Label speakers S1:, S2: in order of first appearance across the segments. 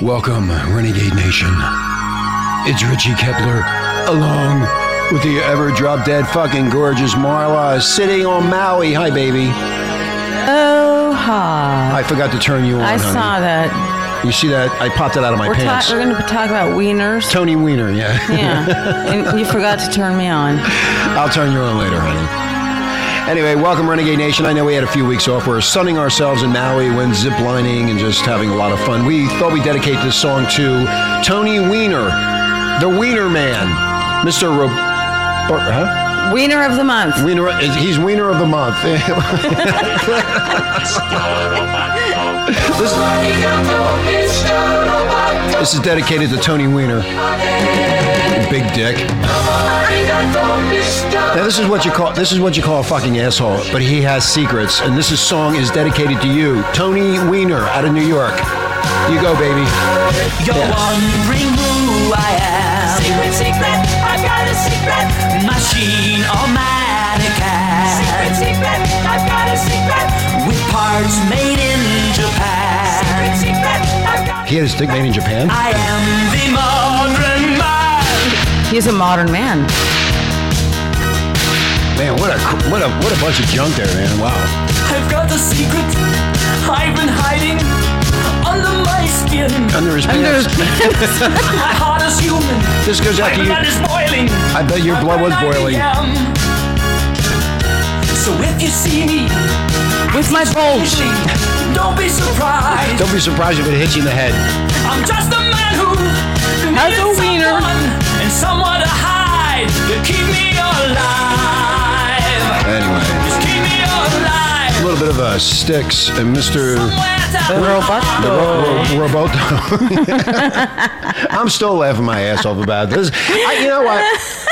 S1: Welcome, Renegade Nation. It's Richie Kepler, along with the ever drop dead fucking gorgeous Marla, sitting on Maui. Hi, baby.
S2: Oh, ha.
S1: I forgot to turn you on.
S2: I
S1: honey.
S2: saw that.
S1: You see that? I popped it out of my
S2: We're, ta-
S1: pants.
S2: we're going to talk about wieners.
S1: Tony Weiner, yeah.
S2: Yeah. and you forgot to turn me on.
S1: I'll turn you on later, honey. Anyway, welcome, Renegade Nation. I know we had a few weeks off. We're sunning ourselves in Maui, went ziplining, and just having a lot of fun. We thought we'd dedicate this song to Tony Weiner, the Wiener Man, Mr. Ro- Bur- huh?
S2: Wiener of the month.
S1: Wiener, he's Wiener of the Month.
S3: This-
S1: this is dedicated to Tony Weiner, big dick. Now this is what you call this is what you call a fucking asshole, but he has secrets, and this is, song is dedicated to you, Tony Weiner, out of New York. You go, baby.
S4: You're
S1: Yeah.
S4: wondering who I am.
S3: Secret, secret, I've got a secret.
S4: Machine or
S3: Secret,
S4: mannequin.
S3: secret, I've got a secret.
S4: With parts made in Japan.
S3: Secret, secret, I've got
S1: He had his dick made in Japan.
S4: I am the modern man.
S2: He's a modern man.
S1: Man, what a what a what a bunch of junk there, man. Wow.
S4: I've got a secret I've been hiding under my skin.
S1: Under his
S2: Under
S1: pants.
S4: My heart is human.
S1: This goes
S4: My
S1: out to you.
S4: blood is boiling.
S1: I bet your
S4: My
S1: blood was boiling.
S4: I am. So if you see me,
S2: With my bulge.
S4: usually, don't be surprised.
S1: Don't be surprised if it hits you in the head.
S4: I'm just a man who
S2: Has
S4: needed
S2: a wiener.
S4: someone and someone to hide to keep me alive.
S1: Anyway,
S4: Just keep me alive.
S1: a little bit of a sticks and Mr.
S4: Somewhere to
S2: Roboto.
S4: hide.
S2: Oh.
S1: Ro- ro- Roboto. I'm still laughing my ass off about this. I, you know what?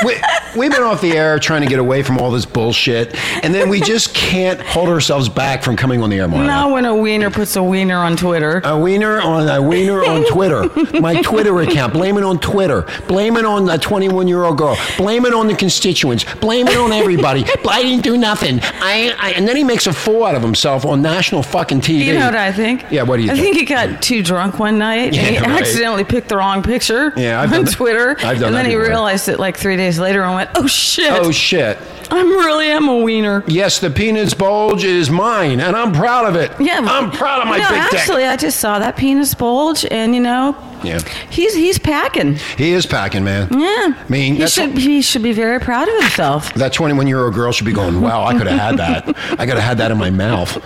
S1: We, we've been off the air trying to get away from all this bullshit, and then we just can't hold ourselves back from coming on the air more.
S2: Now, when a wiener puts a wiener on Twitter,
S1: A wiener on a wiener on Twitter. My Twitter account. Blame it on Twitter. Blame it on a 21 year old girl. Blame it on the constituents. Blame it on everybody. I didn't do nothing. I, I and then he makes a fool out of himself on national fucking TV.
S2: you know what I think?
S1: Yeah, what do you
S2: I
S1: think?
S2: think he got too drunk one night and he
S1: Yeah, right.
S2: accidentally picked the wrong picture
S1: Yeah, I've
S2: on
S1: done that.
S2: Twitter.
S1: I've done
S2: and
S1: that
S2: then he
S1: before.
S2: realized it like three days later and went, oh shit,
S1: Oh shit.
S2: I really am a wiener.
S1: Yes, the peanuts bulge is mine, and I'm proud of it.
S2: Yeah, but-
S1: I'm proud of my
S2: no,
S1: big
S2: actually, I just saw that penis bulge, and you know,
S1: Yeah.
S2: he's he's packing.
S1: dick. He is packing, man.
S2: Yeah,
S1: I mean,
S2: he
S1: that's-
S2: should he should be very proud of himself.
S1: That 21 year old girl should be going, wow, I could have had that. I could have had that in my mouth.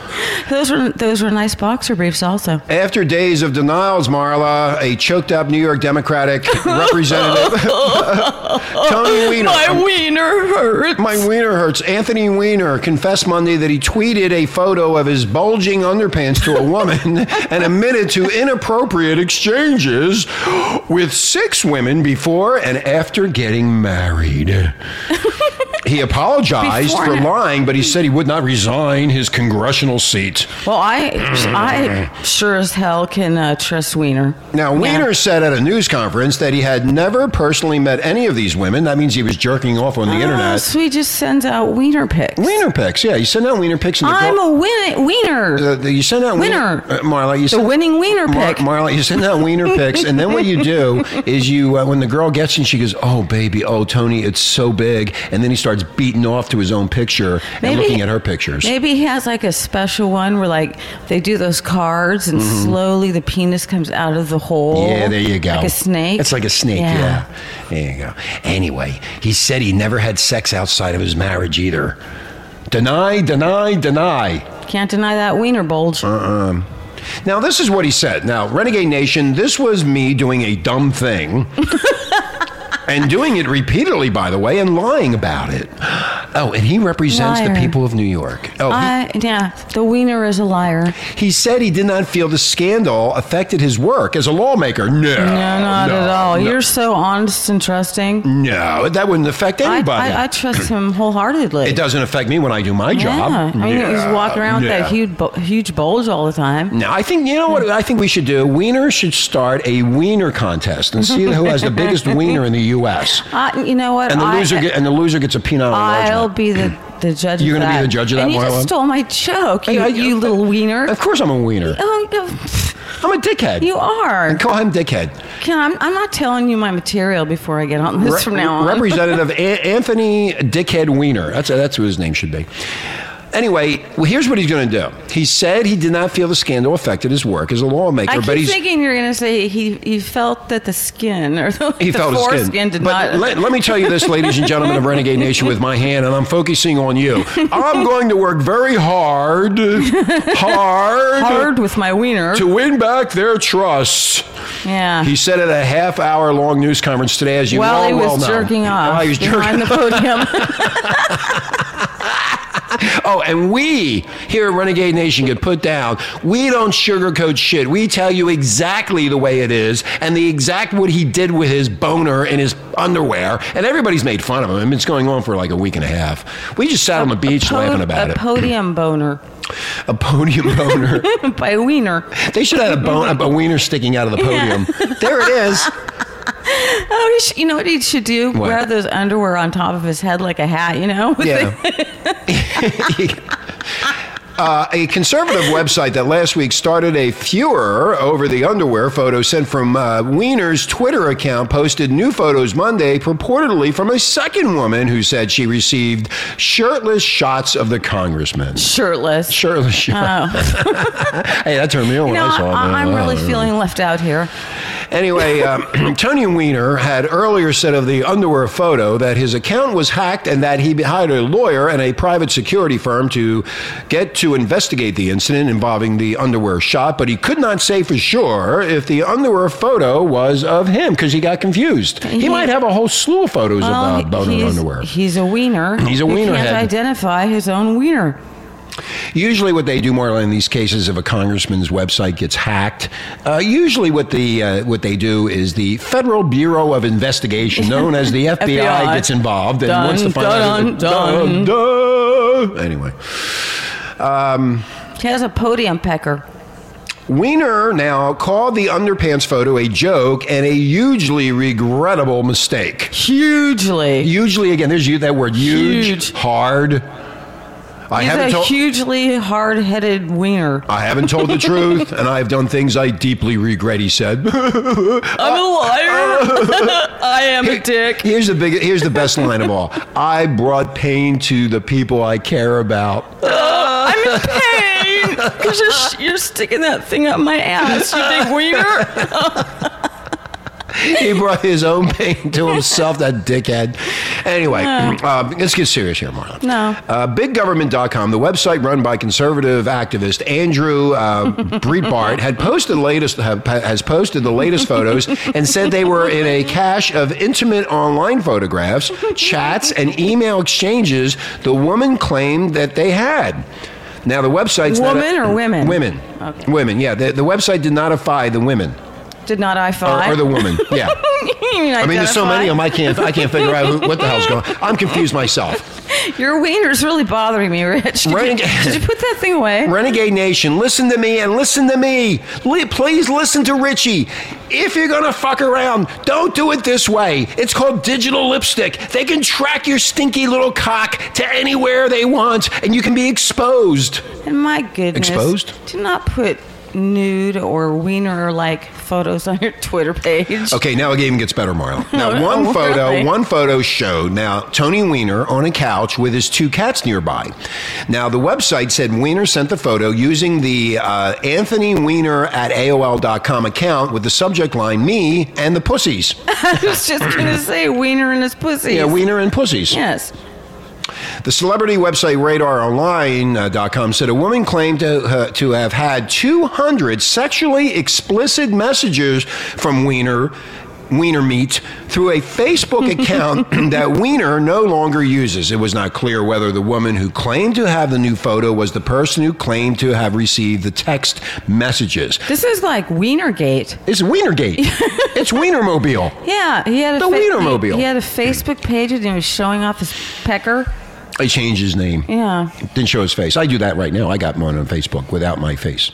S2: Those were those were nice boxer briefs, also.
S1: After days of denials, Marla, a choked up New York Democratic representative, Tony Weiner.
S2: My wiener hurts.
S1: My wiener hurts. Anthony Weiner confessed Monday that he tweeted a photo of his bulging underpants to a woman and admitted to inappropriate exchanges with six women before and after getting married. He apologized
S2: Before
S1: for
S2: and-
S1: lying, but he said he would not resign his congressional seat.
S2: well, I I sure as hell can uh, trust wiener.
S1: Now, Weiner
S2: Yeah.
S1: said at a news conference that he had never personally met any of these women. That means he was jerking off on the
S2: Oh,
S1: internet.
S2: so he just sends out wiener pics.
S1: Wiener pics, yeah. You send out wiener pics in the
S2: I'm
S1: girl-
S2: a win- wiener.
S1: Uh, the- you send out
S2: Winner.
S1: uh, Marla. You
S2: the
S1: send,
S2: winning wiener
S1: Mar-
S2: pic.
S1: Marla, you send out wiener pics, and then what you do is you, uh, when the girl gets in, she goes, "Oh baby, oh Tony, it's so big," and then he starts beating off to his own picture and looking at her pictures.
S2: Maybe he has like a special one where like they do those cards and slowly the penis comes out of the hole.
S1: Mm-hmm. Yeah, there you go.
S2: Like a snake.
S1: It's like a snake, yeah. There you go. Anyway, he said he never had sex outside of his marriage either. Deny, deny, deny.
S2: Can't deny that wiener bulge.
S1: Um, now, this is what he said. Now, Renegade Nation, this was me doing a dumb thing. and doing it repeatedly, by the way, and lying about it. Oh, and he represents the
S2: Liar.
S1: people of New York. Oh, he-
S2: I, yeah, the wiener is a liar.
S1: he said he did not feel the scandal affected his work as a lawmaker. No.
S2: No, not
S1: no,
S2: at all.
S1: no,
S2: You're so honest and trusting.
S1: No, that wouldn't affect
S2: I,
S1: anybody.
S2: I, I trust him wholeheartedly.
S1: it doesn't affect me when I do my
S2: Yeah.
S1: job.
S2: I mean, he's walking around with
S1: yeah.
S2: that huge, bu- huge bulge all the time.
S1: No, I think you know what I think we should do. Wiener should start a wiener contest and see who has the biggest wiener in the U.S.
S2: I, you know what?
S1: And the
S2: I-
S1: loser get, and the loser gets a peanut
S2: I'll
S1: enlargement.
S2: be the, the judge
S1: You're
S2: of that.
S1: gonna be the judge of that,
S2: And you
S1: Marla?
S2: just stole my joke,
S1: Hey,
S2: you,
S1: I-
S2: you little wiener.
S1: Of course, I'm a wiener.
S2: Oh, no.
S1: I'm a dickhead.
S2: You are.
S1: I call him dickhead.
S2: Ken, I'm, I'm not telling you my material before I get on this
S1: Re-
S2: from now on.
S1: Representative A- Anthony Dickhead Weiner. That's that's what his name should be. Anyway, well, here's what he's going to do. He said he did not feel the scandal affected his work as a lawmaker,
S2: I
S1: but
S2: keep
S1: he's
S2: thinking you're going to say he, he felt that the skin or the,
S1: he
S2: the
S1: felt his
S2: foreskin
S1: skin.
S2: did
S1: but
S2: not.
S1: let, let me tell you this, ladies and gentlemen of Renegade Nation, with my hand, and I'm focusing on you. I'm going to work very hard, hard,
S2: hard with my wiener.
S1: to win back their trust.
S2: yeah.
S1: He said at a half hour long news conference today, as you
S2: while
S1: all
S2: he was
S1: well know.
S2: jerking off
S1: While he was jerking
S2: behind the podium.
S1: Oh, and we here at Renegade Nation get put down. We don't sugarcoat shit. We tell you exactly the way it is and the exact what he did with his boner in his underwear. And everybody's made fun of him. And it's going on for like a week and a half. We just sat on the beach
S2: Po-
S1: laughing about
S2: a
S1: it.
S2: podium boner
S1: a podium boner.
S2: by a wiener.
S1: they should have had a, bone, a wiener sticking out of the podium. There it is.
S2: Oh, he sh- you know what he should do?
S1: What?
S2: Wear those underwear on top of his head like a hat, you know?
S1: Yeah. Uh, a conservative website that last week started a furor over the underwear photo sent from uh, Wiener's Twitter account posted new photos Monday, purportedly from a second woman who said she received shirtless shots of the congressman.
S2: Shirtless.
S1: Shirtless shots. hey, that turned me on
S2: You
S1: when
S2: know,
S1: I saw it.
S2: Oh. I, I'm really
S1: Uh,
S2: feeling left out here.
S1: Anyway, um, Tony Weiner had earlier said of the underwear photo that his account was hacked and that he hired a lawyer and a private security firm to get to investigate the incident involving the underwear shot, but he could not say for sure if the underwear photo was of him because he got confused. He,
S2: He-
S1: might have a whole slew of photos
S2: Well,
S1: of uh, boner
S2: he's,
S1: underwear.
S2: he's a wiener.
S1: He's a
S2: who
S1: wiener
S2: can't
S1: head.
S2: identify his own wiener.
S1: Usually, what they do, Marla, in these cases, if a congressman's website gets hacked, uh, usually what the uh, what they do is the Federal Bureau of Investigation, known as the FBI,
S2: FBI.
S1: gets involved and
S2: Dun,
S1: wants to find out.
S2: dun, dun.
S1: Dun, dun. Anyway,
S2: He has a podium pecker.
S1: Wiener now called the underpants photo a joke and a hugely regrettable mistake.
S2: Hugely.
S1: Hugely, again, there's you that word huge,
S2: Huge.
S1: hard. I
S2: He's
S1: haven't
S2: a
S1: told.
S2: hugely hard-headed wiener.
S1: I haven't told the truth, and I have done things I deeply regret. He said.
S2: I'm a liar. I am a dick.
S1: Here's the big. Here's the best line of all. I brought pain to the people I care about.
S2: I'm in pain because you're, you're sticking that thing up my ass, you big wiener.
S1: He brought his own pain to himself. That dickhead. Anyway, uh, let's get serious here, Marlon.
S2: No.
S1: Uh, BigGovernment.com, the website run by conservative activist Andrew uh, Breitbart, had posted latest have, has posted the latest photos and said they were in a cache of intimate online photographs, chats, and email exchanges. The woman claimed that they had. Now the website's not
S2: Woman or women?
S1: Women.
S2: Okay.
S1: Women. Yeah. The, the website did not affy the women
S2: Did not I
S1: or,
S2: find?
S1: or the woman. Yeah. I mean, there's so many of them. I can't. I can't figure out who, what the hell's going. on. I'm confused myself.
S2: Your wiener's really bothering me, Rich. Did,
S1: Right.
S2: you, did you put that thing away?
S1: Renegade Nation, listen to me and listen to me. Li- Please listen to Richie. If you're gonna fuck around, don't do it this way. It's called digital lipstick. They can track your stinky little cock to anywhere they want, and you can be exposed.
S2: And my goodness.
S1: Exposed?
S2: Do not put nude or wiener-like photos on your Twitter page.
S1: Okay, now it even gets better, Marlo. Now, one
S2: Oh,
S1: photo,
S2: really?
S1: one photo showed now Tony Weiner on a couch with his two cats nearby. Now, the website said Weiner sent the photo using the uh, Anthony Weiner at AOL.com account with the subject line "Me and the Pussies."
S2: I was just gonna say wiener and his pussy.
S1: yeah, Weiner and Pussies.
S2: Yes.
S1: The celebrity website RadarOnline.com said a woman claimed to, uh, to have had 200 sexually explicit messages from Wiener. Wiener meat through a Facebook account that Wiener no longer uses. It was not clear whether the woman who claimed to have the new photo was the person who claimed to have received the text messages.
S2: This is like Wienergate.
S1: It's Wienergate. it's Wienermobile.
S2: Yeah, he had a
S1: The Wienermobile.
S2: He, he had a Facebook page and he was showing off his pecker.
S1: I changed his name.
S2: Yeah.
S1: Didn't show his face. I do that right now. I got mine on Facebook without my face.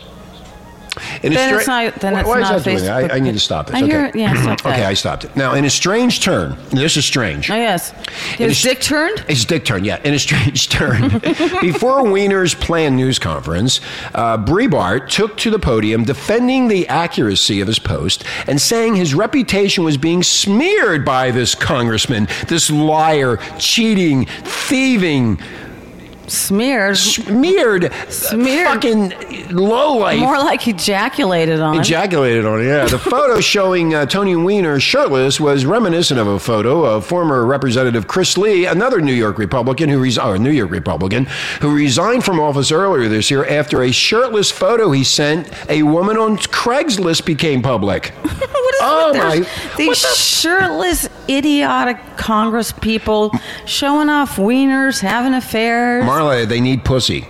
S1: In
S2: Then it's not- then
S1: why,
S2: it's
S1: why is
S2: not
S1: that doing that?
S2: Facebook.
S1: I, I need to stop this.
S2: I
S1: okay.
S2: hear- yeah, stop
S1: okay,
S2: that.
S1: I stopped it. Now, in a strange turn, this is strange.
S2: Oh, yes.
S1: It's-
S2: His dick turned?
S1: It's Dick turn, yeah, in a strange turn. Before Wiener's planned news conference, uh, Breitbart took to the podium defending the accuracy of his post and saying his reputation was being smeared by this congressman, this liar, cheating, thieving,
S2: Smeared.
S1: smeared,
S2: Smeared.
S1: fucking lowlife.
S2: More like ejaculated on.
S1: Ejaculated on, yeah. The photo showing uh, Tony Weiner shirtless was reminiscent of a photo of former Representative Chris Lee, another New York Republican who res- or New York Republican who resigned from office earlier this year after a shirtless photo he sent a woman on Craigslist became public.
S2: what is
S1: Oh,
S2: with
S1: my-
S2: this? These shirtless, idiotic Congress people showing off wieners, having affairs.
S1: Marla, they need pussy.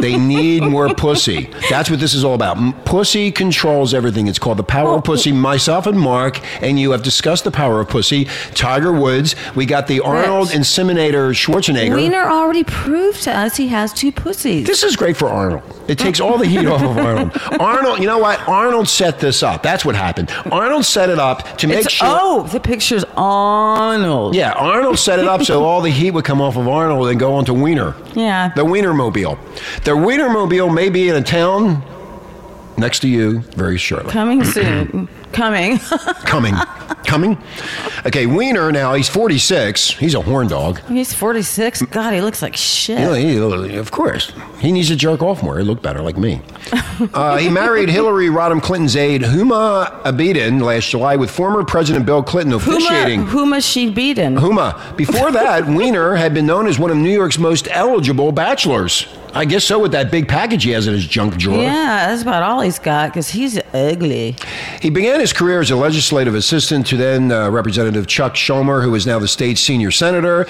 S1: They need more pussy. That's what this is all about. M- Pussy controls everything. It's called the power of pussy. Myself and Mark and you have discussed the power of pussy. Tiger Woods. We got the Arnold inseminator Schwarzenegger.
S2: Wiener already proved to us he has two pussies.
S1: This is great for Arnold. It takes all the heat off of Arnold. Arnold, you know what? Arnold set this up. That's what happened. Arnold set it up to make
S2: It's-
S1: sure.
S2: Oh, the picture's Arnold.
S1: Yeah, Arnold set it up so all the heat would come off of Arnold and go onto Wiener.
S2: Yeah.
S1: The Wienermobile. The Wienermobile may be in a town next to you very shortly.
S2: Coming soon. Coming.
S1: Coming. Coming? Okay, Wiener now, he's 46. He's a horn dog.
S2: He's 46. God, he looks like shit.
S1: Yeah, he- uh, of course. He needs to jerk off more. He look better like me. Uh, he married Hillary Rodham Clinton's aide, Huma Abedin, last July with former President Bill Clinton officiating.
S2: Huma, Huma she beaten.
S1: Huma. Before that, Wiener had been known as one of New York's most eligible bachelors. I guess so with that big package he has in his junk drawer.
S2: Yeah, that's about all he's got because he's ugly.
S1: He began his career as a legislative assistant to then uh, Representative Chuck Schumer, who is now the state's senior senator.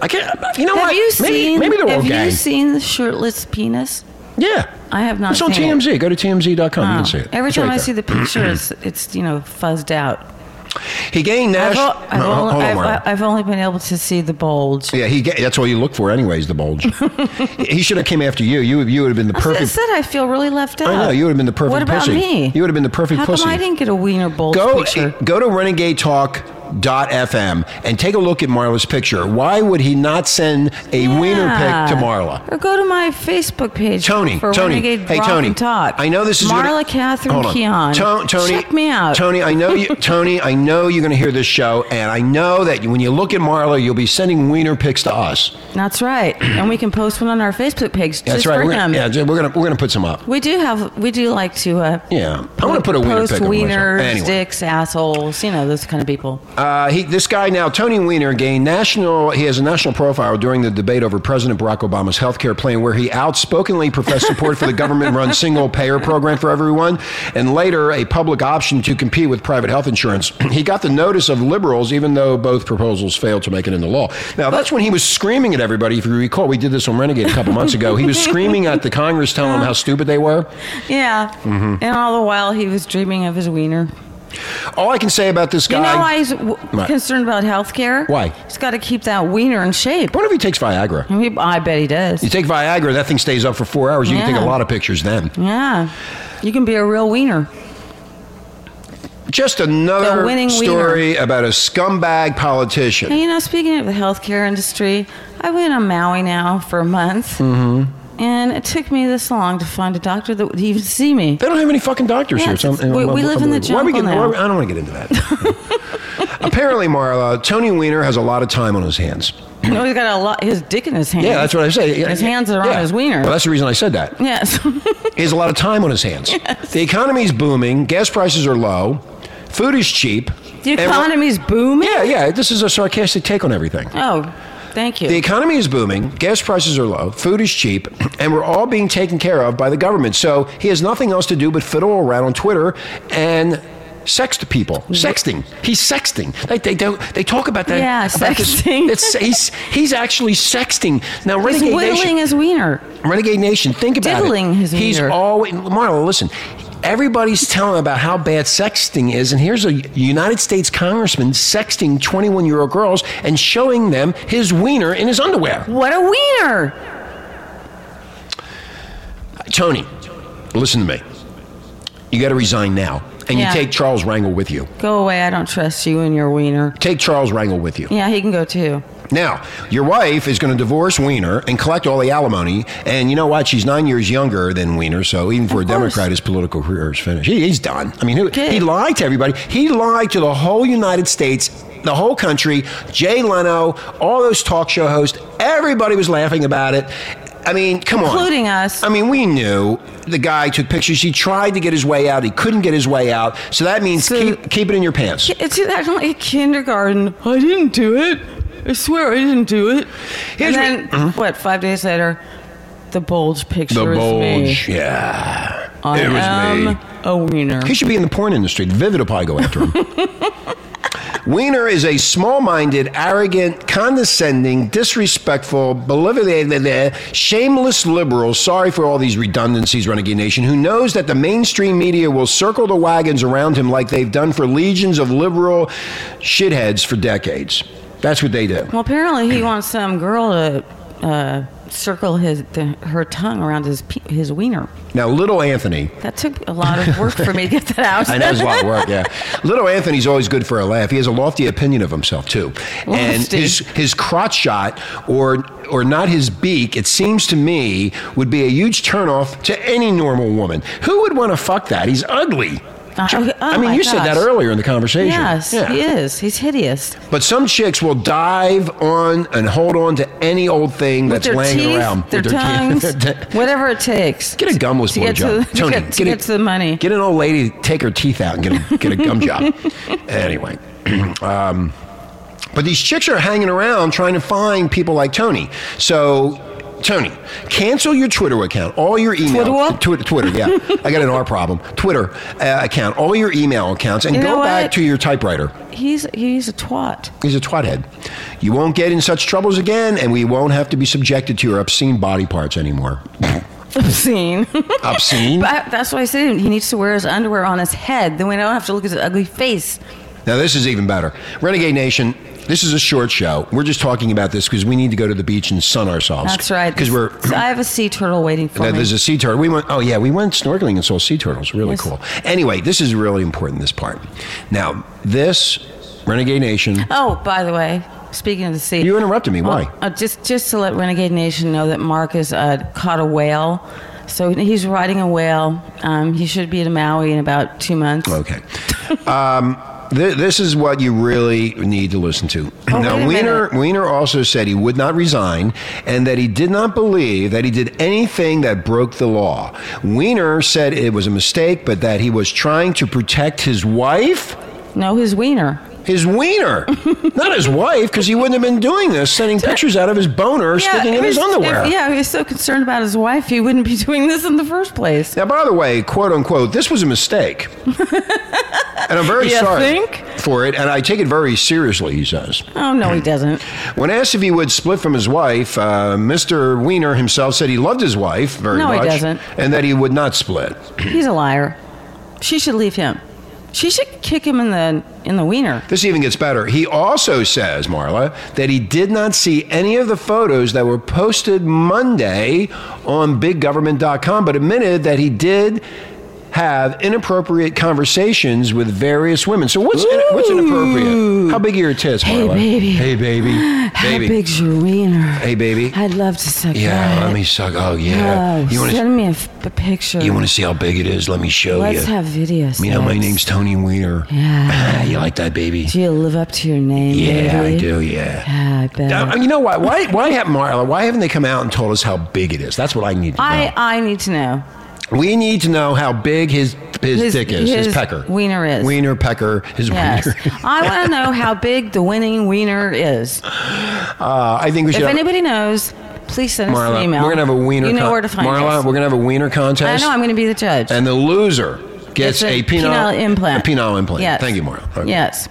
S1: I can't. You know
S2: have
S1: what?
S2: you
S1: maybe,
S2: seen?
S1: maybe the
S2: have
S1: wrong guy.
S2: you seen the shirtless penis?
S1: yeah.
S2: I have not
S1: It's on
S2: seen it.
S1: TMZ. Go to TMZ.com. You
S2: Oh.
S1: can see it.
S2: Every
S1: It's
S2: time
S1: right
S2: I
S1: there.
S2: see the picture, it's, it's you know fuzzed out.
S1: he gained
S2: I've,
S1: national.
S2: o- I've,
S1: No,
S2: only,
S1: hold on,
S2: I've,
S1: Marla.
S2: I've only been able to see the bulge.
S1: yeah, he. ga- That's all you look for, anyways. The bulge. he should have came after you. You. You would have been the
S2: I
S1: perfect.
S2: said I feel really left out.
S1: I know, you would've been the perfect
S2: What about
S1: pussy.
S2: me?
S1: You would've been the perfect
S2: How
S1: pussy.
S2: Come I didn't get a wiener bulge
S1: go
S2: picture.
S1: go to renegadetalk.fm and take a look at Marla's picture. Why would he not send a wiener pic to Marla?
S2: Or go to my Facebook page.
S1: Tony,
S2: for
S1: Tony,
S2: Renegade
S1: hey
S2: Rock
S1: Tony,
S2: and Talk.
S1: I know this is
S2: Marla
S1: gonna-
S2: Catherine
S1: Hold on.
S2: Keon.
S1: To- Tony,
S2: check me out.
S1: Tony, I know you. Tony, I know you're going to hear this show, and I know that when you look at Marla, you'll be sending wiener pics to us.
S2: That's right, and we can post one on our Facebook page.
S1: That's
S2: just
S1: right.
S2: For
S1: We're
S2: him.
S1: gonna, yeah, ju- we're gonna we're gonna put some up.
S2: We do have. We do like to. Uh,
S1: Yeah, I want to put a wiener
S2: post
S1: pic. up
S2: wieners,
S1: myself. Anyway.
S2: dicks, assholes. You know those kind of people.
S1: Uh, he, this guy now, Tony Weiner, gained national. He has a national profile during the debate over President Barack Obama's health care plan, where he outspokenly professed support for the government-run single-payer program for everyone, and later a public option to compete with private health insurance. he got the notice of liberals, even though both proposals failed to make it into law. Now that's when he was screaming at everybody. If you recall, we did this on Renegade a couple months ago. He was screaming at the Congress, telling them how stupid they were.
S2: Yeah.
S1: mm-hmm.
S2: And all the while, he was dreaming of his wiener.
S1: All I can say about this guy.
S2: You know why he's w-
S1: Right.
S2: concerned about health care?
S1: Why?
S2: He's got to keep that wiener in shape.
S1: I wonder if he takes Viagra.
S2: I mean, I bet he does.
S1: You take Viagra, that thing stays up for four hours. You can
S2: Yeah.
S1: take a lot of pictures then.
S2: Yeah. You can be a real wiener.
S1: Just another
S2: The winning
S1: story about a scumbag politician.
S2: And you know, speaking of the healthcare industry, I went on Maui now for a month. Mm-hmm. And it took me this long to find a doctor that would even see me.
S1: They don't have any fucking doctors
S2: Yeah,
S1: here.
S2: it's- it's- we- we live in the
S1: Why are we getting, why
S2: jungle
S1: are
S2: now.
S1: we- I don't want to get into that. Apparently, Marla, Tony Weiner has a lot of time on his hands.
S2: No, he's got a lot, his dick in his hand.
S1: Yeah, that's what I say.
S2: His hands are on
S1: Yeah.
S2: his wiener.
S1: Well, that's the reason I said that.
S2: Yes.
S1: He has a lot of time on his hands. The economy's booming. Gas prices are low. Food is cheap.
S2: the
S1: and-
S2: economy's booming.
S1: Yeah, yeah. This is a sarcastic take on everything.
S2: Oh, thank you.
S1: The economy is booming, gas prices are low, food is cheap, and we're all being taken care of by the government. So he has nothing else to do but fiddle around on Twitter and sext people. Sexting. He's sexting. Like they don't. They talk about that.
S2: Yeah,
S1: about this-
S2: sexting.
S1: it's, he's he's actually sexting now.
S2: he's
S1: Renegade
S2: whittling
S1: Nation.
S2: his wiener.
S1: Renegade Nation. Think about
S2: Diddling
S1: it.
S2: his
S1: he's
S2: wiener.
S1: always Marla. Listen. Everybody's telling about how bad sexting is, and here's a United States congressman sexting 21 year old girls and showing them his wiener in his underwear.
S2: What a wiener!
S1: Tony, listen to me. You got to resign now. And
S2: Yeah.
S1: you take Charles Wrangle with you.
S2: Go away. I don't trust you and your wiener.
S1: Take Charles Wrangle with you.
S2: Yeah, he can go too.
S1: Now, your wife is going to divorce Wiener and collect all the alimony. And you know what? She's nine years younger than Wiener, so even for a
S2: Of course.
S1: Democrat, his political career is finished. He, he's done. I mean, who,
S2: Okay.
S1: he lied to everybody. He lied to the whole United States, the whole country. Jay Leno, all those talk show hosts, everybody was laughing about it. I mean, come on.
S2: Including us.
S1: I mean, we knew the guy took pictures. He tried to get his way out. He couldn't get his way out. So that means
S2: So-
S1: keep, keep it in your pants.
S2: It's that like kindergarten. I didn't do it. I swear I didn't do it.
S1: Here's Uh-huh.
S2: and then what? Five days later, the bulge picture
S1: the
S2: is
S1: bulge.
S2: me.
S1: Yeah.
S2: I
S1: it was
S2: am
S1: me.
S2: a wiener.
S1: He should be in the porn industry. The Vivid will probably go after him. Wiener is a small minded, arrogant, condescending, disrespectful, believable, shameless liberal. Sorry for all these redundancies, Renegade Nation, who knows that the mainstream media will circle the wagons around him like they've done for legions of liberal shitheads for decades. That's what they do.
S2: Well, apparently he wants some girl to uh, circle his the, her tongue around his pe- his wiener.
S1: Now, little Anthony,
S2: That took a lot of work for me to get that out.
S1: I know it's a lot of work. Yeah, little Anthony's always good for a laugh. He has a lofty opinion of himself too, and
S2: Lofty.
S1: his his crotch shot or or not his beak. It seems to me would be a huge turnoff to any normal woman. Who would want to fuck that? He's ugly.
S2: Uh, okay. Oh,
S1: I mean,
S2: my
S1: you said that
S2: gosh.
S1: earlier in the conversation.
S2: Yes,
S1: Yeah.
S2: he is. He's hideous.
S1: But some chicks will dive on and hold on to any old thing
S2: With
S1: that's
S2: their
S1: laying
S2: teeth,
S1: around.
S2: their
S1: with
S2: tongues,
S1: teeth.
S2: whatever it takes.
S1: Get a gumless
S2: to
S1: boy
S2: get to
S1: job.
S2: the- to
S1: Tony,
S2: get- to
S1: a-
S2: get to the money.
S1: Get an old lady to take her teeth out and get a, get a gum job. Anyway. um, but these chicks are hanging around trying to find people like Tony. So, Tony, cancel your Twitter account, all your email. Twitter,
S2: Twitter?
S1: Twitter yeah. I got an R problem. Twitter uh, account, all your email accounts, and
S2: You
S1: go
S2: know
S1: back
S2: what?
S1: to your typewriter.
S2: He's he's a twat.
S1: He's a twathead. You won't get in such troubles again, and we won't have to be subjected to your obscene body parts anymore.
S2: Obscene.
S1: obscene?
S2: but that's why I said he needs to wear his underwear on his head. Then we don't have to look at his ugly face.
S1: Now, this is even better. Renegade Nation, this is a short show. We're just talking about this because we need to go to the beach and sun ourselves.
S2: That's right.
S1: Because we're.
S2: So I have a sea turtle waiting for
S1: Now,
S2: me.
S1: there's a sea turtle. We went. Oh yeah, we went snorkeling and saw sea turtles. Really
S2: Yes.
S1: cool. Anyway, this is really important. This part. Now, this Renegade Nation.
S2: Oh, by the way, speaking of the sea,
S1: You interrupted me. Why?
S2: Uh, just just to let Renegade Nation know that Mark has uh, caught a whale, so he's riding a whale. Um, he should be in Maui in about two months.
S1: Okay. Um, th- this is what you really need to listen to.
S2: Oh, wait
S1: now,
S2: a
S1: Weiner,
S2: minute.
S1: Weiner also said he would not resign and that he did not believe that he did anything that broke the law. Weiner said it was a mistake, but that he was trying to protect his wife.
S2: No, his wiener.
S1: His wiener, not his wife, because he wouldn't have been doing this, sending pictures out of his boner sticking
S2: it
S1: in his
S2: was-
S1: underwear.
S2: if- yeah, he was so concerned about his wife, he wouldn't be doing this in the first place.
S1: Now, by the way, quote unquote, this was a mistake. and I'm very
S2: You
S1: sorry
S2: think?
S1: for it, and I take it very seriously, he says.
S2: Oh no, he doesn't.
S1: When asked if he would split from his wife, uh, Mr. Weiner himself said he loved his wife very
S2: No, he
S1: much.
S2: doesn't.
S1: And that he would not split.
S2: He's a liar. She should leave him. She should kick him in the in the wiener.
S1: This even gets better. He also says, Marla, that he did not see any of the photos that were posted Monday on biggovernment.com, but admitted that he did have inappropriate conversations with various women. So what's what's inappropriate? How big are your tits,
S2: Hey,
S1: Marla?
S2: baby.
S1: Hey baby.
S2: How
S1: baby.
S2: big's your wiener?
S1: Hey baby.
S2: I'd love to suck
S1: yeah,
S2: that.
S1: let me suck. Oh yeah.
S2: Oh,
S1: you want to
S2: send me a, f- a picture.
S1: You want to see how big it is? Let me show
S2: Let's
S1: you.
S2: have videos.
S1: you know, my name's Tony Weiner.
S2: Yeah.
S1: you like that, baby?
S2: Do you live up to your name?
S1: Yeah,
S2: baby?
S1: I do. Yeah.
S2: Yeah, I bet.
S1: Uh, you know why? Why? Why have Marla? Why haven't they come out and told us how big it is? That's what I need to know.
S2: I, I need to know.
S1: we need to know how big his his,
S2: His-
S1: dick is. His,
S2: his
S1: pecker.
S2: wiener is.
S1: Wiener pecker. His
S2: Yes.
S1: wiener.
S2: I want to know how big the winning wiener is.
S1: Uh, I think we should.
S2: If
S1: have-
S2: anybody knows, please send us
S1: Marla,
S2: an email.
S1: we're gonna have a wiener.
S2: You know
S1: con-
S2: where to find
S1: Marla,
S2: us.
S1: we're gonna have a wiener
S2: I
S1: contest.
S2: know I'm going to be the judge.
S1: and the loser gets
S2: It's
S1: a,
S2: penile implant.
S1: A penile implant.
S2: Yes.
S1: Thank you, Marla. Okay.
S2: Yes.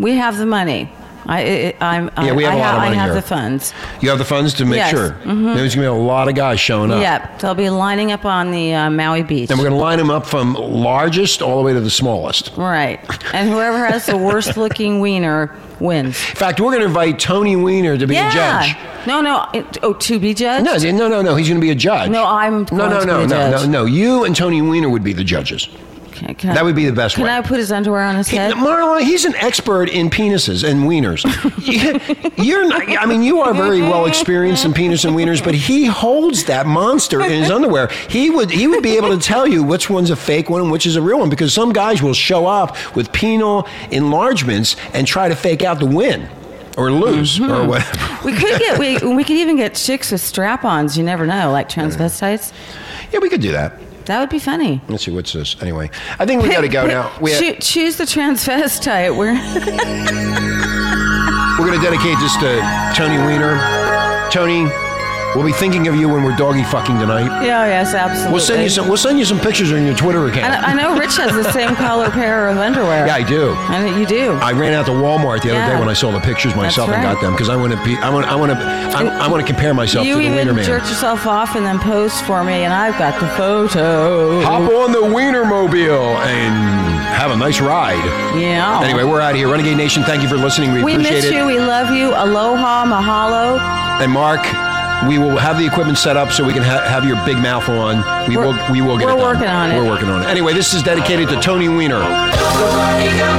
S2: We have the money. I, I, I'm, I,
S1: Yeah, we have
S2: I
S1: a lot
S2: ha-
S1: of money
S2: I have
S1: here.
S2: the funds.
S1: You have the funds to make
S2: Yes. Mm-hmm.
S1: sure. There's gonna be a lot of guys showing up.
S2: Yep. They'll be lining up on the uh, Maui beach.
S1: And we're going to line them up from largest all the way to the smallest.
S2: Right. And whoever has the worst looking wiener wins.
S1: In fact, we're going to invite Tony Weiner to be
S2: yeah.
S1: a judge.
S2: No, no. it- oh, to be judged?
S1: No, no, no, no. He's going to be a judge.
S2: No, I'm
S1: No,
S2: going
S1: no,
S2: to
S1: no,
S2: be a
S1: no,
S2: judge.
S1: no, no. You and Tony Weiner would be the judges.
S2: Can, can I-
S1: That would be the best
S2: Can
S1: way.
S2: I put his underwear on his head?
S1: Marlon, he's an expert in penises and wieners. You- You're not, I mean, you are very well experienced in penis and wieners, but he holds that monster in his underwear. He would, he would be able to tell you which one's a fake one and which is a real one because some guys will show up with penal enlargements and try to fake out the win or lose
S2: Mm-hmm.
S1: or whatever.
S2: We could get we, we could even get chicks with strap-ons. You never know, like transvestites.
S1: Yeah, we could do that.
S2: That would be funny.
S1: Let's see, what's this? Anyway, I think we got to go now. We
S2: Choo-
S1: have,
S2: choose the transvestite. We're
S1: we're going to dedicate this to Tony Wiener. Tony, we'll be thinking of you when we're doggy fucking tonight.
S2: yeah, yes, absolutely.
S1: We'll send you some. We'll send you some pictures on your Twitter account.
S2: I, I know Rich has the same color pair of underwear.
S1: yeah, I do.
S2: and you do.
S1: I ran out to Walmart the other
S2: Yeah.
S1: day when I saw the pictures myself and
S2: right.
S1: got them because I want to be. I want. I want to. I, I want to compare myself
S2: you
S1: to the Wiener
S2: even
S1: Man.
S2: jerked yourself off and then posed for me, and I've got the photo.
S1: Hop on the Wiener Mobile and have a nice ride.
S2: Yeah.
S1: Anyway, we're out of here. Renegade Nation, thank you for listening. We,
S2: we
S1: appreciate
S2: miss
S1: it.
S2: you. We love you. Aloha, mahalo.
S1: And Mark, we will have the equipment set up so we can ha- have your big mouth on. We
S2: We're-
S1: will. We will get
S2: we're
S1: it done.
S2: working on it.
S1: We're working on it. Anyway, this is dedicated to Tony Wiener.
S3: Nobody knows.